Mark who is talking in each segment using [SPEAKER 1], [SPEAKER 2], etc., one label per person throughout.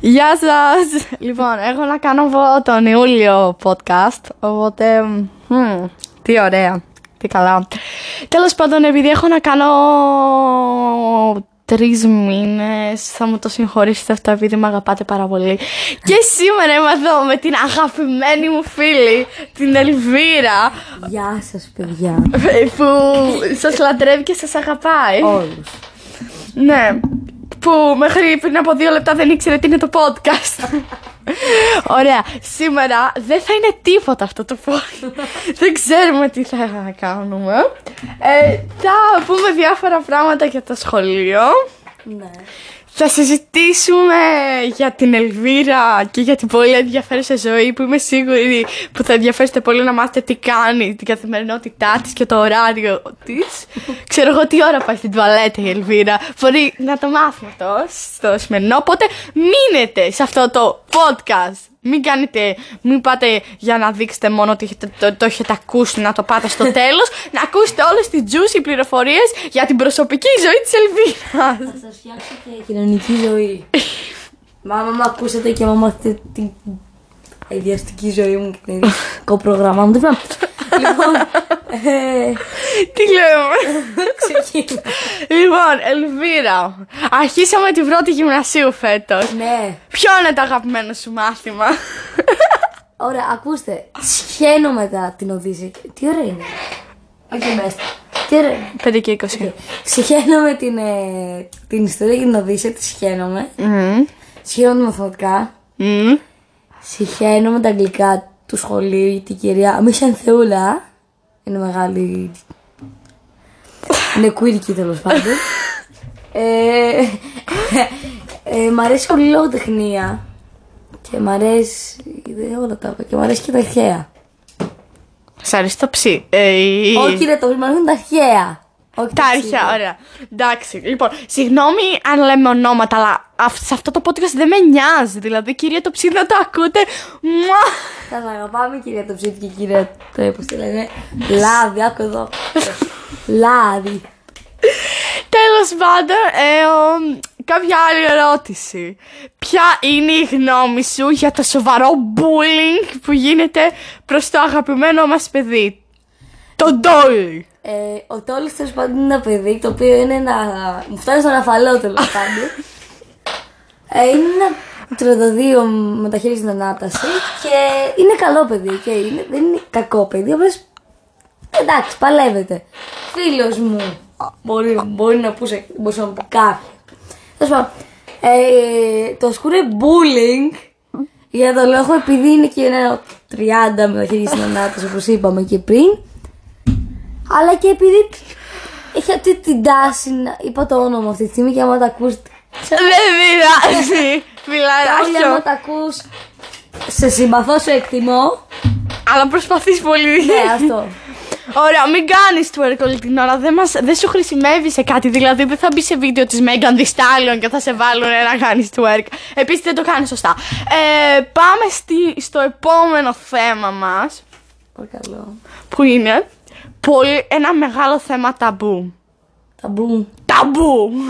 [SPEAKER 1] Γεια σας! Λοιπόν, έχω να κάνω βο- τον Ιούλιο podcast, οπότε... μμμ, τι ωραία, τι καλά. Τέλος πάντων, επειδή έχω να κάνω τρεις μήνες, θα μου το συγχωρήσετε αυτό επειδή με αγαπάτε πάρα πολύ. Και σήμερα είμαι εδώ με την αγαπημένη μου φίλη, την Ελβίρα,
[SPEAKER 2] Γεια σας παιδιά.
[SPEAKER 1] που σας λατρεύει και σας αγαπάει.
[SPEAKER 2] Όλους.
[SPEAKER 1] Ναι. Που μέχρι πριν από δύο λεπτά δεν ήξερε τι είναι το podcast. Ωραία. Σήμερα δεν θα είναι τίποτα αυτό το podcast. δεν ξέρουμε τι θα κάνουμε. Ε, θα πούμε διάφορα πράγματα για το σχολείο.
[SPEAKER 2] Ναι.
[SPEAKER 1] Θα συζητήσουμε για την Ελβίρα και για την πολύ ενδιαφέρουσα ζωή που είμαι σίγουρη που θα ενδιαφέρεστε πολύ να μάθετε τι κάνει, την καθημερινότητά της και το ωράριο της. Ξέρω εγώ τι ώρα πάει στην τουαλέτα η Ελβίρα. Μπορεί να το μάθουμε αυτό στο σημερινό. Οπότε μείνετε σε αυτό το podcast. Μην κάνετε, μην πάτε για να δείξετε μόνο ότι έχετε- το, το έχετε ακούσει, να το πάτε στο τέλος. να ακούσετε όλες τις juicy πληροφορίες για την προσωπική ζωή της Ελβίρας.
[SPEAKER 2] Θα σας φτιάξω και η κοινωνική ζωή. Μα άμα με ακούσατε και άμα μάθετε την ιδιαστική ζωή μου και την ιδιαστικό πρόγραμμά μου. δεν πρέπει να- λοιπόν, ε,
[SPEAKER 1] Τι λέμε.
[SPEAKER 2] ξεκινά.
[SPEAKER 1] λοιπόν, Ελβίρα, αρχίσαμε την πρώτη γυμνασίου φέτος.
[SPEAKER 2] ναι.
[SPEAKER 1] Ποιο είναι το αγαπημένο σου μάθημα.
[SPEAKER 2] Ωραία, ακούστε. Σχαίνω μετά την Οδύση. Τι ωραία είναι. Όχι μέσα. Τι ωραία είναι.
[SPEAKER 1] 5 και 20.
[SPEAKER 2] Συχαίνομαι την, ε, την ιστορία και την Οδύσσια, τη συχαίνομαι.
[SPEAKER 1] Mm.
[SPEAKER 2] Συχαίνομαι τα μαθηματικά.
[SPEAKER 1] Mm.
[SPEAKER 2] Συχαίνω με τα αγγλικά του σχολείου την κυρία Μίσαν Θεούλα. Είναι μεγάλη. Είναι quirky τέλος πάντων. ε, ε, μ' αρέσει πολύ η λογοτεχνία. Και μ' αρέσει. δεν Όλα τα είπα. Και μ' αρέσει και τα αρχαία.
[SPEAKER 1] Σ' αρέσει το ψι. Ε, η-
[SPEAKER 2] Όχι, ρε, το μ' αρέσουν τα αρχαία. Όχι
[SPEAKER 1] τα
[SPEAKER 2] ψήλια.
[SPEAKER 1] αρχαία, ωραία. Εντάξει, λοιπόν, συγγνώμη αν λέμε ονόματα, αλλά αυ- σε αυτό το podcast δεν με νοιάζει. Δηλαδή, κυρία, το ψι να το ακούτε. Μουα!
[SPEAKER 2] Σας αγαπάμε κυρία το ψήτη και κυρία το πώς τη λένε. Λάδι, άκου εδώ. Λάδι.
[SPEAKER 1] Τέλος πάντων, ε, ο, κάποια άλλη ερώτηση. Ποια είναι η γνώμη σου για το σοβαρό bullying που γίνεται προς το αγαπημένο μας παιδί, τον Ντόλι.
[SPEAKER 2] Ε, ο Τόλης τέλος πάντων είναι ένα παιδί το οποίο είναι ένα... Μου φτάνει στον αφαλό τέλος πάντων. ε, είναι ένα 32 με τα χέρια στην ανάταση και είναι καλό παιδί και είναι, δεν είναι κακό παιδί, απλώς εντάξει, παλεύεται. Φίλος μου, μπορεί, μπορεί να πούσε, μπορούσε να μου πει κάποιο. Τέλος πάντων, ε, το σκούρο είναι bullying για τον λόγο επειδή είναι και ένα 30 με τα χέρια στην ανάταση όπως είπαμε και πριν. Αλλά και επειδή έχει αυτή την τάση να... Είπα το όνομα αυτή τη στιγμή και άμα τα ακούς
[SPEAKER 1] Δεν πειράζει, Ε,
[SPEAKER 2] Όλοι άμα
[SPEAKER 1] φιλαράκιο.
[SPEAKER 2] τα ακούς Σε συμπαθώ, σε εκτιμώ
[SPEAKER 1] Αλλά προσπαθείς πολύ.
[SPEAKER 2] Ναι αυτό
[SPEAKER 1] Ωραία, μην κάνεις twerk όλη την ώρα. Δεν, μας, δεν σου χρησιμεύει σε κάτι. Δηλαδή, δεν θα μπει σε βίντεο της Megan Thee Stallion και θα σε βάλουν να κάνεις twerk. Επίσης, δεν το κάνεις σωστά. Ε, πάμε στη, στο επόμενο θέμα μας.
[SPEAKER 2] Παρακαλώ
[SPEAKER 1] που είναι πολύ, ένα μεγάλο θέμα ταμπού.
[SPEAKER 2] Τα μπούμ
[SPEAKER 1] Ταμπού!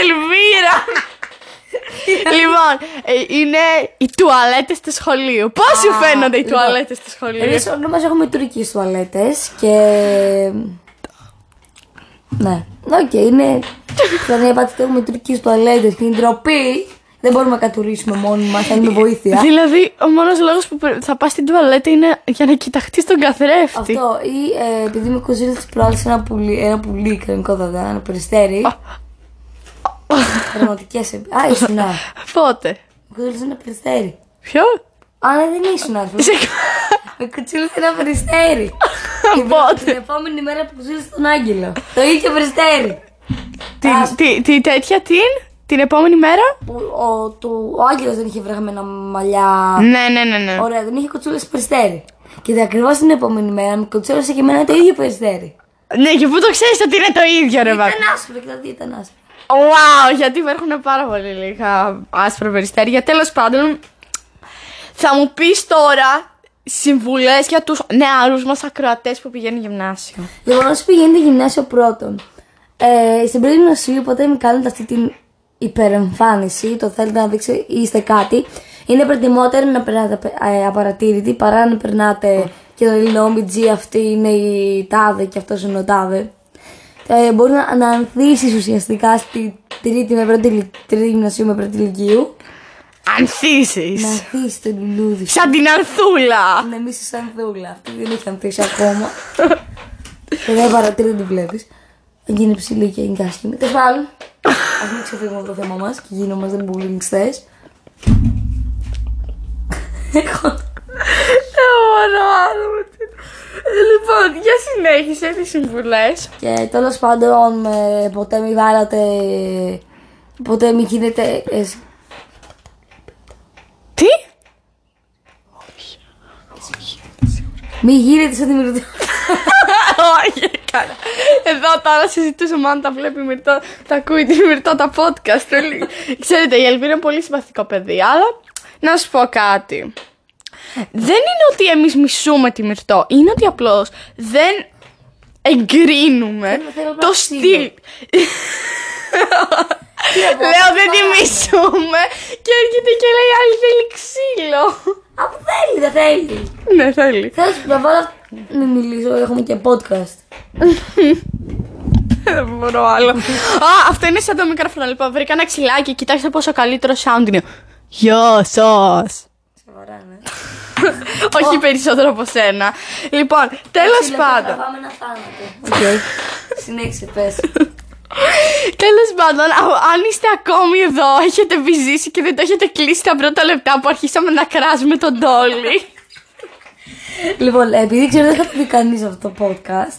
[SPEAKER 1] Ελβίρα! λοιπόν, ε, είναι οι τουαλέτες του σχολείου. Πώς σου φαίνονται οι
[SPEAKER 2] λοιπόν.
[SPEAKER 1] τουαλέτες του σχολείου?
[SPEAKER 2] Εμείς όλοι μας έχουμε τουρκικές τουαλέτες και... Ναι, οκ, είναι... Στον Ιαπατή έχουμε τουρκικές τουαλέτες και είναι ντροπή Δεν μπορούμε να κατουρίσουμε μόνοι μας, θέλουμε βοήθεια
[SPEAKER 1] Δηλαδή, ο μόνος λόγος που πρέ- θα πας στην τουαλέτα είναι για να κοιταχτείς τον καθρέφτη.
[SPEAKER 2] Αυτό ή ε, επειδή με κοζίλη της προάλλης ένα πουλί, ένα πουλί κανονικό θα ήταν, ένα περιστέρι. Πραγματικέ εμπειρίε. Α, ήσουν. α.
[SPEAKER 1] Πότε.
[SPEAKER 2] Με κοζίλη ένα περιστέρι.
[SPEAKER 1] Ποιο?
[SPEAKER 2] Α, ναι, δεν ήσουν α.
[SPEAKER 1] Σε...
[SPEAKER 2] Με κοζίλη ένα περιστέρι. Και
[SPEAKER 1] Πότε.
[SPEAKER 2] Την επόμενη μέρα που κοζίλη τον Άγγελο. Το ίδιο περιστέρι.
[SPEAKER 1] τι, τι, τι τέτοια την, την επόμενη μέρα.
[SPEAKER 2] Που ο, του, ο Άγγελος δεν είχε βραχμένα μαλλιά.
[SPEAKER 1] Ναι, ναι, ναι, ναι.
[SPEAKER 2] Ωραία, δεν είχε κοτσούλες περιστέρι. Και ακριβώς την επόμενη μέρα με κοτσούλες και εμένα το ίδιο περιστέρι.
[SPEAKER 1] Ναι, και πού το ξέρεις ότι είναι το ίδιο, ρε βα-
[SPEAKER 2] Ήταν άσπρο και τα δύο ήταν άσπρο.
[SPEAKER 1] Wow, γιατί υπάρχουν πάρα πολύ λίγα άσπρα περιστέρια. Τέλος πάντων, θα μου πεις τώρα συμβουλές για τους νεαρούς μας ακροατές που πηγαίνουν γυμνάσιο.
[SPEAKER 2] Λοιπόν, όσοι πηγαίνετε γυμνάσιο πρώτον, ε, στην πρώτη γυμνασίου ποτέ μην κάνετε αυτή την υπερεμφάνιση, το θέλετε να δείξει είστε κάτι, είναι προτιμότερο να περνάτε ε, απαρατήρητοι παρά να περνάτε και το λένε OMG αυτή είναι η τάδε και αυτός είναι ο τάδε. Ε, μπορεί να, να ανθίσεις ουσιαστικά στη τρίτη με πρώτη, λυ- τρίτη γυμνασίου με πρώτη ηλικίου.
[SPEAKER 1] Αν θύσεις.
[SPEAKER 2] Να ανθίσεις το λουλούδι σου.
[SPEAKER 1] Σαν την Αρθούλα.
[SPEAKER 2] Να μίσεις σαν δούλα. Αυτή δεν έχει ανθίσει ακόμα. Εδώ παρατήρη δεν την βλέπεις. Αν γίνει ψηλή και είναι κάσχημη. Τέλος πάντων, ας μην ξεφύγουμε από το θέμα μας και γίνομαστε μπουλινγκστές. Έχω...
[SPEAKER 1] Δεν μπορώ άλλο με την- Λοιπόν, για συνέχισε τις συμβουλές.
[SPEAKER 2] Και τέλος πάντων, ε, ποτέ μην βάλατε. Ποτέ μην γίνετε. ε, σ-
[SPEAKER 1] Τι?
[SPEAKER 2] Μην γίνετε σαν τη μυρωδιά.
[SPEAKER 1] Όχι, καλά. Εδώ τώρα συζητούσαμε αν τα βλέπει η Μυρτώ, τα ακούει τη Μυρτώ τα podcast. Όλοι- Ξέρετε, η Ελβίρα είναι πολύ συμπαθικό παιδί, αλλά να σου πω κάτι. Δεν είναι ότι εμείς μισούμε τη Μυρτώ, είναι ότι απλώς δεν εγκρίνουμε
[SPEAKER 2] Θέλω- θέλω
[SPEAKER 1] το
[SPEAKER 2] να
[SPEAKER 1] στυλ. Λέω δεν τη μισούμε και έρχεται και λέει η άλλη θέλει ξύλο.
[SPEAKER 2] Από θέλει, δεν θέλει.
[SPEAKER 1] Ναι, θέλει.
[SPEAKER 2] Θέλω να βάλω. Μην μιλήσω, έχουμε και podcast.
[SPEAKER 1] Δεν μπορώ άλλο. Α, αυτό είναι σαν το μικρόφωνο. Λοιπόν, βρήκα ένα ξυλάκι. Κοιτάξτε πόσο καλύτερο sound είναι. Γεια σας.
[SPEAKER 2] Σοβαρά,
[SPEAKER 1] Όχι περισσότερο από σένα. Λοιπόν, τέλο πάντων.
[SPEAKER 2] Πάμε να θάνατο. Οκ. Συνέχισε, πες.
[SPEAKER 1] Τέλος πάντων, α- αν είστε ακόμη εδώ, έχετε βυζήσει και δεν το έχετε κλείσει τα πρώτα λεπτά που αρχίσαμε να κράζουμε τον Ντόλι.
[SPEAKER 2] Λοιπόν, επειδή ξέρω δεν θα το δει κανείς αυτό το podcast,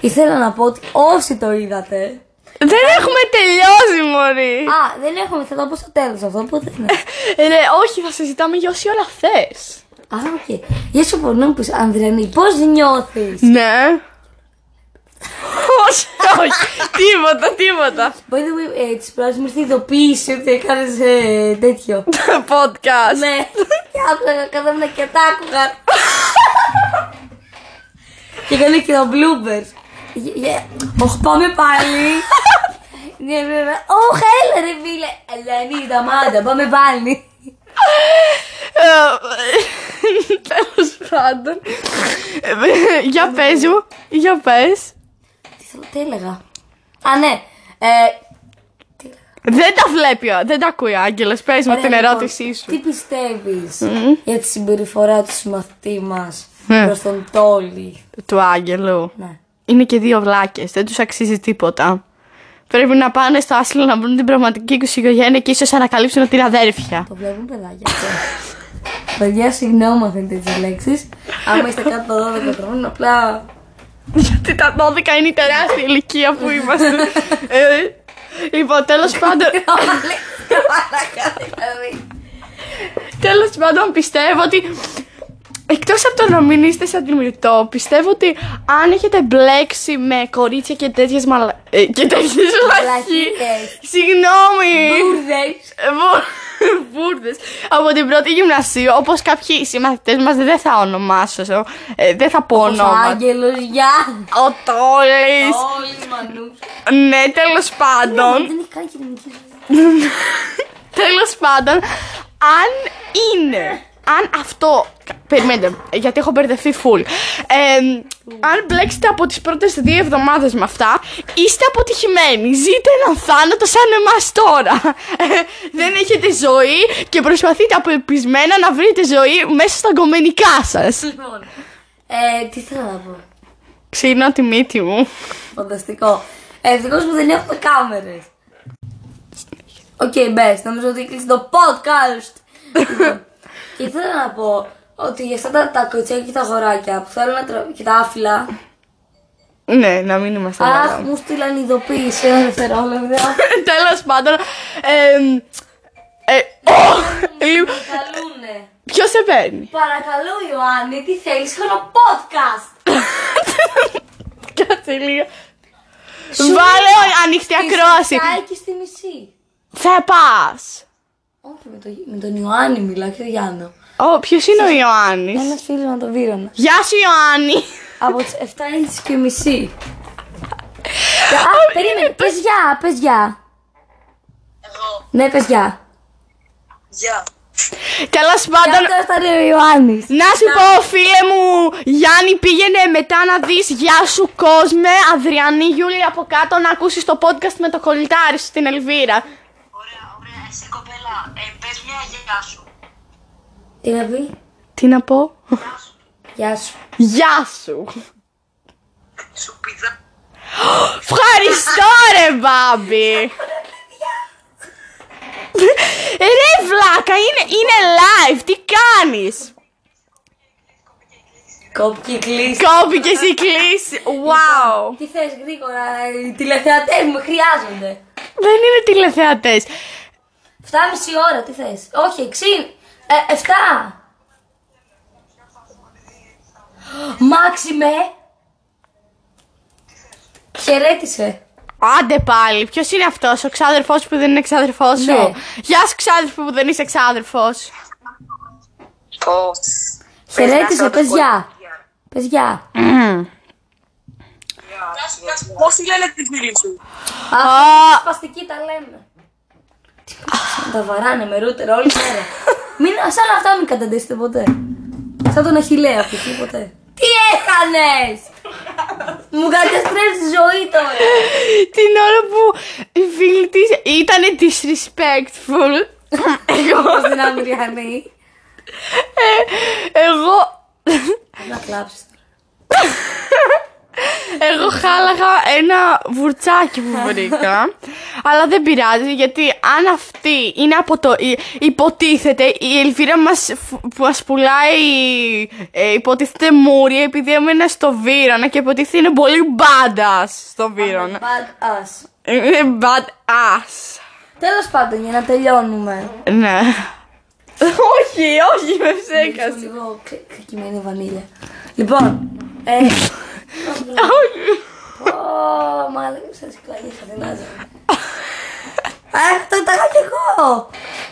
[SPEAKER 2] ήθελα να πω ότι όσοι το είδατε.
[SPEAKER 1] δεν έχουμε τελειώσει, Μωρή.
[SPEAKER 2] Α, δεν έχουμε, θα το πω στο τέλος αυτό, οπότε. ναι.
[SPEAKER 1] Ρε, όχι, θα συζητάμε για όση ώρα θες.
[SPEAKER 2] Α, οκ. Για σου πω να μου πεις, Ανδριανή, πώς νιώθεις.
[SPEAKER 1] Ναι. όχι, όχι. τίποτα, τίποτα.
[SPEAKER 2] By the way, ε, της προάλλης μου ήρθε η ειδοποίηση ότι έκανες ε, τέτοιο.
[SPEAKER 1] Podcast.
[SPEAKER 2] ναι, και άπλαγα καθόμουν και τα άκουγα. και έκανε και τα bloopers. Γε- γε- Οχ, πάμε πάλι. ναι, ναι, ναι. Οχ, έλα ρε φίλε. Ελένη, τα μάτια, πάμε πάλι.
[SPEAKER 1] Τέλος πάντων. Ε, Για πες μου, για πες
[SPEAKER 2] τι, θέλω- τι έλεγα. Α, ναι. Ε,
[SPEAKER 1] Δεν τα βλέπει, ο- δεν τα ακούει ο Άγγελος. Πες μου
[SPEAKER 2] ωραία,
[SPEAKER 1] την
[SPEAKER 2] λοιπόν,
[SPEAKER 1] ερώτησή
[SPEAKER 2] Τι
[SPEAKER 1] σου. Mm-hmm.
[SPEAKER 2] πιστεύεις για τη συμπεριφορά του συμμαθητή μας
[SPEAKER 1] Ναι.
[SPEAKER 2] προς τον Τόλι.
[SPEAKER 1] Του Άγγελου.
[SPEAKER 2] Ναι.
[SPEAKER 1] Είναι και δύο βλάκες, δεν τους αξίζει τίποτα. Πρέπει να πάνε στο άσυλο να βρουν την πραγματική τους οικογένεια και ίσως ανακαλύψουν την αδέρφια.
[SPEAKER 2] Το βλέπουν παιδάκια αυτό. Παιδιά, συγγνώμη αν θέλετε τις λέξεις. Άμα είστε κάτω από 12 χρόνων, απλά.
[SPEAKER 1] Γιατί τα 12 είναι η τεράστια ηλικία που είμαστε. Ε, Λοιπόν, τέλος πάντων, Τέλος πάντων, πιστεύω ότι. Εκτός από το να μην είστε σαν τη Μυρτώ, πιστεύω ότι αν έχετε μπλέξει με κορίτσια και τέτοιες μαλα... ε, και τέτοιες λαχί.
[SPEAKER 2] Μαλακίες.
[SPEAKER 1] Συγγνώμη!
[SPEAKER 2] Μπουρδες.
[SPEAKER 1] Βούρδες. Από την πρώτη γυμνασίου, όπως κάποιοι συμμαθητές μας, δεν θα ονομάσω. ε, δεν θα πω
[SPEAKER 2] Ο
[SPEAKER 1] ονόματα.
[SPEAKER 2] Άγγελος Γιάννης.
[SPEAKER 1] Ο Τόλης.
[SPEAKER 2] Όλοι μανού.
[SPEAKER 1] Ναι, τέλος πάντων.
[SPEAKER 2] Ε, Δεν έχει κάνει κοινωνική ζωή.
[SPEAKER 1] Τέλος πάντων, αν είναι. Αν αυτό. Περιμένετε, γιατί έχω μπερδευτεί full. Ε, αν μπλέξετε από τις πρώτες δύο εβδομάδες με αυτά, είστε αποτυχημένοι. Ζείτε έναν θάνατο σαν εμάς τώρα. Ε, δεν έχετε ζωή και προσπαθείτε απελπισμένα να βρείτε ζωή μέσα στα γκομενικά σας.
[SPEAKER 2] Λοιπόν. Ε, τι θέλω να πω.
[SPEAKER 1] Ξύνω τη μύτη μου.
[SPEAKER 2] Φανταστικό. Ευτυχώς που δεν έχουμε κάμερε. Οκ, μπε. Νομίζω ότι κλείσει το podcast. Λοιπόν, και ήθελα να πω ότι για αυτά τα, τα κοτσιά και τα χωράκια που θέλουν να τρα... και τα άφυλα.
[SPEAKER 1] Ναι, να μην είμαστε
[SPEAKER 2] Αχ,
[SPEAKER 1] μαλάκες.
[SPEAKER 2] μου στείλαν ειδοποίηση ένα δευτερόλεπτο.
[SPEAKER 1] Τέλος πάντων. Ε, ε,
[SPEAKER 2] Καλούνε.
[SPEAKER 1] Ποιος σε παίρνει.
[SPEAKER 2] Παρακαλώ, Ιωάννη, τι θέλεις, κάνω podcast.
[SPEAKER 1] Κάτσε λίγο. Βάλε ανοιχτή ακρόαση.
[SPEAKER 2] και στη μισή.
[SPEAKER 1] Θα πας.
[SPEAKER 2] Όχι, με, το, με τον Ιωάννη μιλάω και τον Γιάννο.
[SPEAKER 1] Ω, ποιος είναι ο Ιωάννης.
[SPEAKER 2] Ένας φίλος να τον βίρονα.
[SPEAKER 1] Γεια σου, Ιωάννη.
[SPEAKER 2] Από τις 7 έτσι και μισή. Α, περίμενε, πες γεια, πες γεια.
[SPEAKER 3] Εγώ.
[SPEAKER 2] Ναι, πες γεια.
[SPEAKER 3] Γεια.
[SPEAKER 1] Τέλο
[SPEAKER 2] Και
[SPEAKER 1] πάντων,
[SPEAKER 2] αυτό ήταν ο Ιωάννης.
[SPEAKER 1] να σου πω, φίλε μου, Γιάννη, πήγαινε μετά να δεις Γεια σου, κόσμε, Αδριανή Γιούλη από κάτω να ακούσεις το podcast με το κολλητάρι σου στην Ελβίρα.
[SPEAKER 3] Ωραία, ωραία. Εσύ κοπέλα, ε, πες μια γεια σου.
[SPEAKER 2] Τι να πει.
[SPEAKER 1] Τι να πω.
[SPEAKER 2] Γεια σου.
[SPEAKER 1] Γεια σου.
[SPEAKER 3] Σου πηδά.
[SPEAKER 1] Ευχαριστώ ρε μπάμπι. ρε βλάκα, είναι, είναι live, τι κάνεις.
[SPEAKER 2] Κόπηκε η κλίση.
[SPEAKER 1] Κόπηκες η κλίση, wow.
[SPEAKER 2] Τι θες γρήγορα, οι τηλεθεατές μου χρειάζονται.
[SPEAKER 1] Δεν είναι τηλεθεατές.
[SPEAKER 2] 7,5 ώρα, τι θες. Όχι, 6. Ε, 7. Μάξιμε. Χαιρέτησε.
[SPEAKER 1] Άντε πάλι, ποιος είναι αυτός, ο ξάδερφός που δεν είναι ξάδερφός σου.
[SPEAKER 2] Ναι.
[SPEAKER 1] Γεια σου ξάδερφο που δεν είσαι ξάδερφος.
[SPEAKER 3] Πώς.
[SPEAKER 2] Χαιρέτησε, πες γεια. Πες γεια.
[SPEAKER 3] Πώς λένε τη φίλη σου.
[SPEAKER 1] Α,
[SPEAKER 2] Σπαστική τα λέμε. Τι τα βαράνε με ρούτερ όλη μέρα. Μην, σε όλα αυτά μην καταντήσετε ποτέ. Σαν τον Αχιλέα αυτή, ποτέ. Τι έκανες! Μου καταστρέψεις τη ζωή τώρα.
[SPEAKER 1] την ώρα που η φίλη της ήταν disrespectful. Λοιπόν.
[SPEAKER 2] Όπως την Αμυριανή.
[SPEAKER 1] Ε, Εγώ
[SPEAKER 2] Να κλάψεις.
[SPEAKER 1] Εγώ χάλαγα ένα βουρτσάκι που βρήκα. αλλά δεν πειράζει, γιατί αν αυτή είναι από το. η- Υποτίθεται, η Ελφύρα μας, φου- που μας πουλάει. ε, υποτίθεται μούρια, επειδή έμενα στο Βύρονα και υποτίθεται είναι πολύ μπάντα στο Βύρονα.
[SPEAKER 2] Bad ass.
[SPEAKER 1] Είναι bad ass.
[SPEAKER 2] Τέλος πάντων, για να τελειώνουμε.
[SPEAKER 1] Ναι. όχι, όχι, με ψέκασε.
[SPEAKER 2] Λίγο κρυ- κρυκυμένη βανίλια. Λοιπόν, ε... Ω, μάλλον σας κλαγείς, θα δυνάζω. Α, αυτό τα είχα κι εγώ.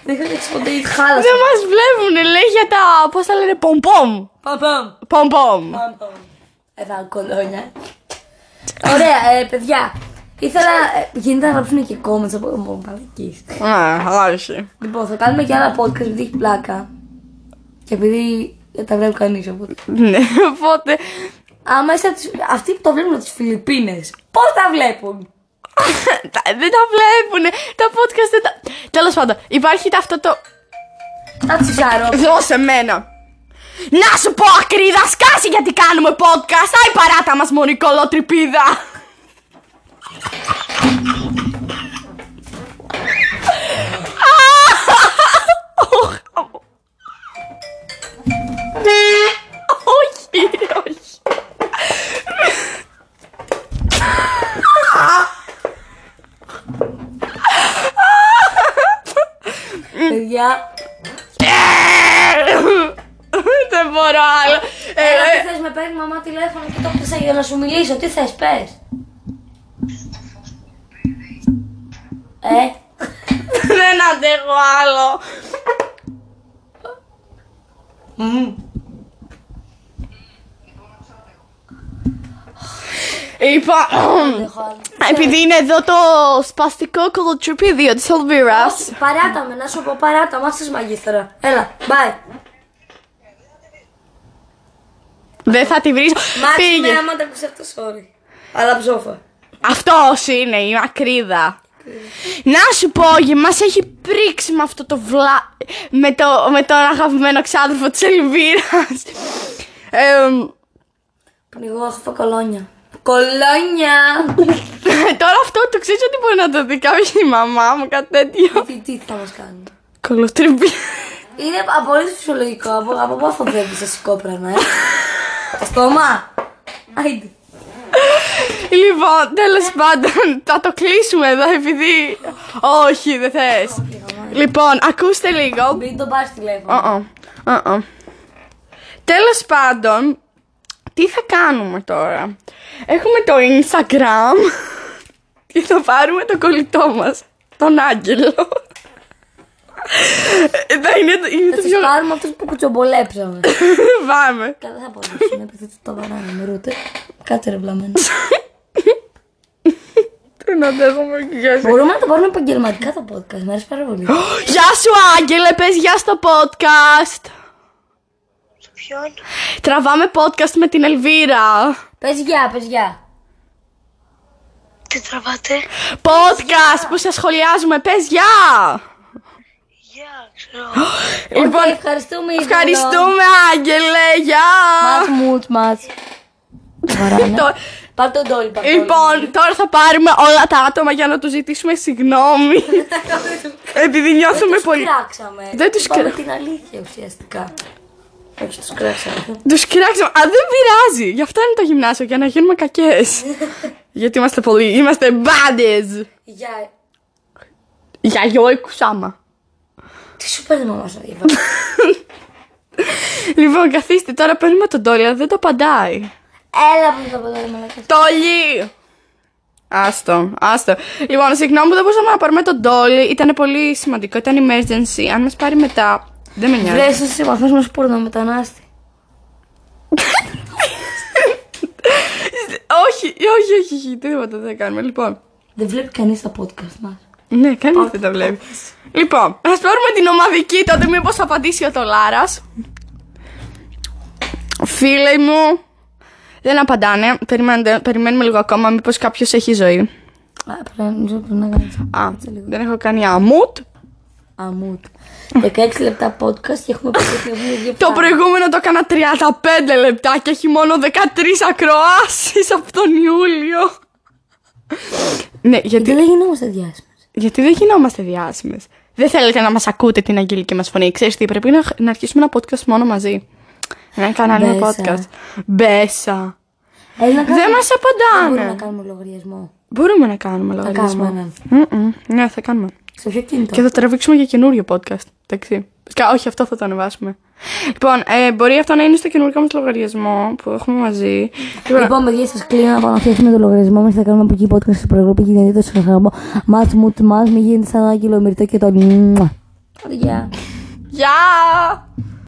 [SPEAKER 2] Δεν είχα δείξει ποτέ, χάλασα.
[SPEAKER 1] Δεν μας βλέπουνε, λέει για τα. Πώς τα λένε, πομπομ.
[SPEAKER 2] Παπαμ.
[SPEAKER 1] Πομπομ.
[SPEAKER 2] Εδώ κολόνια. Ωραία, ε, παιδιά. Ήθελα. ε, γίνεται να γράψουν και comments από τον Παπαδική.
[SPEAKER 1] Ναι, χαλάρωση.
[SPEAKER 2] Λοιπόν, θα κάνουμε και άλλα podcast επειδή έχει πλάκα. Και επειδή δεν τα βλέπει κανείς οπότε.
[SPEAKER 1] Ναι, οπότε.
[SPEAKER 2] Άμα είστε από τις- αυτοί που το βλέπουν από τις Φιλιππίνες, πώς τα βλέπουν.
[SPEAKER 1] τα- δεν τα βλέπουνε. Τα podcast δεν τα. Τέλος πάντων, υπάρχει τα αυτό το.
[SPEAKER 2] Τα τσιγάρω.
[SPEAKER 1] Δώσε μένα. Να σου πω ακρίδα, σκάσει γιατί κάνουμε podcast. Άι παράτα μας μονικολό τρυπίδα. Ναι, Όχι, όχι.
[SPEAKER 2] παιδιά,
[SPEAKER 1] Ε, Δεν μπορώ άλλο. Ε,
[SPEAKER 2] έλα,
[SPEAKER 1] ε,
[SPEAKER 2] τι θε, με παίρνει μαμά τηλέφωνο και το χτίσα για να σου μιλήσω. Τι θες, πες. Ε,
[SPEAKER 1] Δεν αντέχω άλλο. Είπα,
[SPEAKER 2] δεν έχω άλλο.
[SPEAKER 1] επειδή είναι εδώ το σπαστικό κολοτσουπίδιο της Ολβίρας.
[SPEAKER 2] Όχι, παράτα με, να σου πω παράτα, μάθε μαγίστρα. Έλα, bye.
[SPEAKER 1] Δεν θα τη βρεις.
[SPEAKER 2] Μάξι με
[SPEAKER 1] Πήγε.
[SPEAKER 2] άμα τα ακούσει αυτό, sorry. Αλλά ψόφα.
[SPEAKER 1] Αυτός είναι η μακρίδα. Να σου πω, γε, μας έχει πρίξει με αυτό το βλά... Με, το, με τον αγαπημένο ξάδερφο της Ελβίρας. Εμ,
[SPEAKER 2] Πνιγώ, έχω κολόνια. Κολόνια!
[SPEAKER 1] Τώρα αυτό το ξέρεις ότι μπορεί να το δει κάποιος η μαμά μου, κάτι τέτοιο.
[SPEAKER 2] τι, τι θα μας κάνει.
[SPEAKER 1] Κολοτριμπή.
[SPEAKER 2] Είναι απολύτως φυσιολογικό. Από, από πού αφοδεύει εσύ κόπρανα, ε. Το στόμα. Άιντε.
[SPEAKER 1] λοιπόν, τέλος πάντων, θα το κλείσουμε εδώ επειδή. Όχι, δεν θες. λοιπόν, ακούστε λίγο.
[SPEAKER 2] Μην τον πάρει τηλέφωνο.
[SPEAKER 1] Τέλος πάντων, τι θα κάνουμε τώρα. Έχουμε το Instagram και θα πάρουμε το κολλητό μας. Τον Άγγελο. Ε, θα είναι, είναι
[SPEAKER 2] Θα
[SPEAKER 1] το
[SPEAKER 2] του
[SPEAKER 1] πιο.
[SPEAKER 2] πάρουμε αυτούς που κουτσομπολέψαμε.
[SPEAKER 1] Πάμε.
[SPEAKER 2] Καλά, θα απολύσουν επειδή το βαράνε με ρούτε. Κάτσε ρε βλαμμένο.
[SPEAKER 1] Του να αντέχουμε και γεια σου.
[SPEAKER 2] Μπορούμε να το πάρουμε επαγγελματικά το podcast. Μ' αρέσει πάρα πολύ.
[SPEAKER 1] Γεια σου, Άγγελε, πες γεια στο podcast.
[SPEAKER 3] Ποιον.
[SPEAKER 1] Τραβάμε podcast με την Ελβίρα.
[SPEAKER 2] πες γεια, πες γεια.
[SPEAKER 3] Τι τραβάτε.
[SPEAKER 1] Podcast που σε σχολιάζουμε, πες γεια.
[SPEAKER 3] Γεια, ξέρω.
[SPEAKER 2] Λοιπόν,
[SPEAKER 1] Λοιπόν,
[SPEAKER 2] ευχαριστούμε. Ιβολό.
[SPEAKER 1] ευχαριστούμε, Άγγελε, γεια.
[SPEAKER 2] Μάτς, μουτς, μάτς.
[SPEAKER 1] Το-
[SPEAKER 2] Πάρ' τον τόλι, πάρ' τον
[SPEAKER 1] Λοιπόν, τώρα θα πάρουμε όλα τα άτομα για να τους ζητήσουμε συγγνώμη. Επειδή νιώθουμε
[SPEAKER 2] Τους
[SPEAKER 1] πολύ.
[SPEAKER 2] κράξαμε.
[SPEAKER 1] Δεν τους
[SPEAKER 2] Είπαμε
[SPEAKER 1] κρα-
[SPEAKER 2] την αλήθεια ουσιαστικά. Όχι, τους κράξαμε.
[SPEAKER 1] Τους κράξαμε. Α, δεν πειράζει. Γι' αυτό είναι το γυμνάσιο, για να γίνουμε κακές. Γιατί είμαστε πολύ. Είμαστε μπάντες.
[SPEAKER 2] Γεια.
[SPEAKER 1] Για γιόη κουσάμα.
[SPEAKER 2] Τι σου παίρνει μαμά σου να διαβάσει.
[SPEAKER 1] Λοιπόν, καθίστε τώρα. Παίρνουμε τον Τόλι, αλλά δεν το απαντάει.
[SPEAKER 2] Έλα που θα πατάει μαλακά.
[SPEAKER 1] Τόλι! Άστο, άστο. Λοιπόν, συγγνώμη που δεν μπορούσαμε να πάρουμε τον Τόλι. Ήταν πολύ σημαντικό. Ήταν emergency. Αν μας πάρει μετά. Δεν με νοιάζει.
[SPEAKER 2] Βρες, εσύ βαθμό μας πορνομετανάστη.
[SPEAKER 1] όχι, όχι, όχι, όχι. Τίποτα δεν κάνουμε. Λοιπόν.
[SPEAKER 2] Δεν βλέπει κανείς τα podcast μας.
[SPEAKER 1] Ναι, κανεί δεν τα βλέπεις. Λοιπόν, ας πάρουμε την ομαδική τότε, μήπως απαντήσει ο Τολάρας. Φίλε μου, δεν απαντάνε. Περιμένετε- περιμένουμε λίγο ακόμα, μήπως κάποιος έχει ζωή.
[SPEAKER 2] Α, πρέπει να- πρέπει να κάνεις.
[SPEAKER 1] Α, δεν έχω κάνει αμούτ.
[SPEAKER 2] Αμούτ. 16 λεπτά podcast και έχουμε πει ότι έχουμε δύο
[SPEAKER 1] Το
[SPEAKER 2] πράγματα.
[SPEAKER 1] προηγούμενο το έκανα 35 λεπτά και έχει μόνο 13 ακροάσεις από τον Ιούλιο. ναι, γιατί,
[SPEAKER 2] Δεν λέει γινόμαστε διάσημες.
[SPEAKER 1] γιατί δεν γινόμαστε διάσημες. Δεν θέλετε να μας ακούτε την αγγελική μας φωνή. Ξέρεις τι, πρέπει να, να αρχίσουμε ένα podcast μόνο μαζί. Ένα κανάλι με
[SPEAKER 2] Μπέσα.
[SPEAKER 1] podcast. Μπέσα.
[SPEAKER 2] Έλα να
[SPEAKER 1] Δεν
[SPEAKER 2] κάνουμε-
[SPEAKER 1] μας
[SPEAKER 2] Δεν μπορούμε να
[SPEAKER 1] απαντάνε.
[SPEAKER 2] κάνουμε λογαριασμό.
[SPEAKER 1] Μπορούμε να κάνουμε
[SPEAKER 2] Θα κάνουμε
[SPEAKER 1] λογαριασμό.
[SPEAKER 2] έναν.
[SPEAKER 1] Mm-mm. Ναι, θα κάνουμε.
[SPEAKER 2] Στο ποιο κινητό.
[SPEAKER 1] Και θα τραβήξουμε για καινούριο podcast. Εντάξει. Κα- όχι, αυτό θα το ανεβάσουμε. Λοιπόν, ε, μπορεί αυτό να είναι στο καινούριο μας λογαριασμό που έχουμε μαζί. Λοιπόν,
[SPEAKER 2] Λοιπόν, παιδιά, σας κλείνω να πάω να φτιάξουμε το λογαριασμό μας. Θα κάνουμε από εκεί podcast στο προηγούμενο και γιατί δεν σα αγαπώ. Μάτ μου, τ' μάτ, μην γίνεται σαν άγγελο μυρτό και το. Μουα. Γεια.
[SPEAKER 1] Γεια!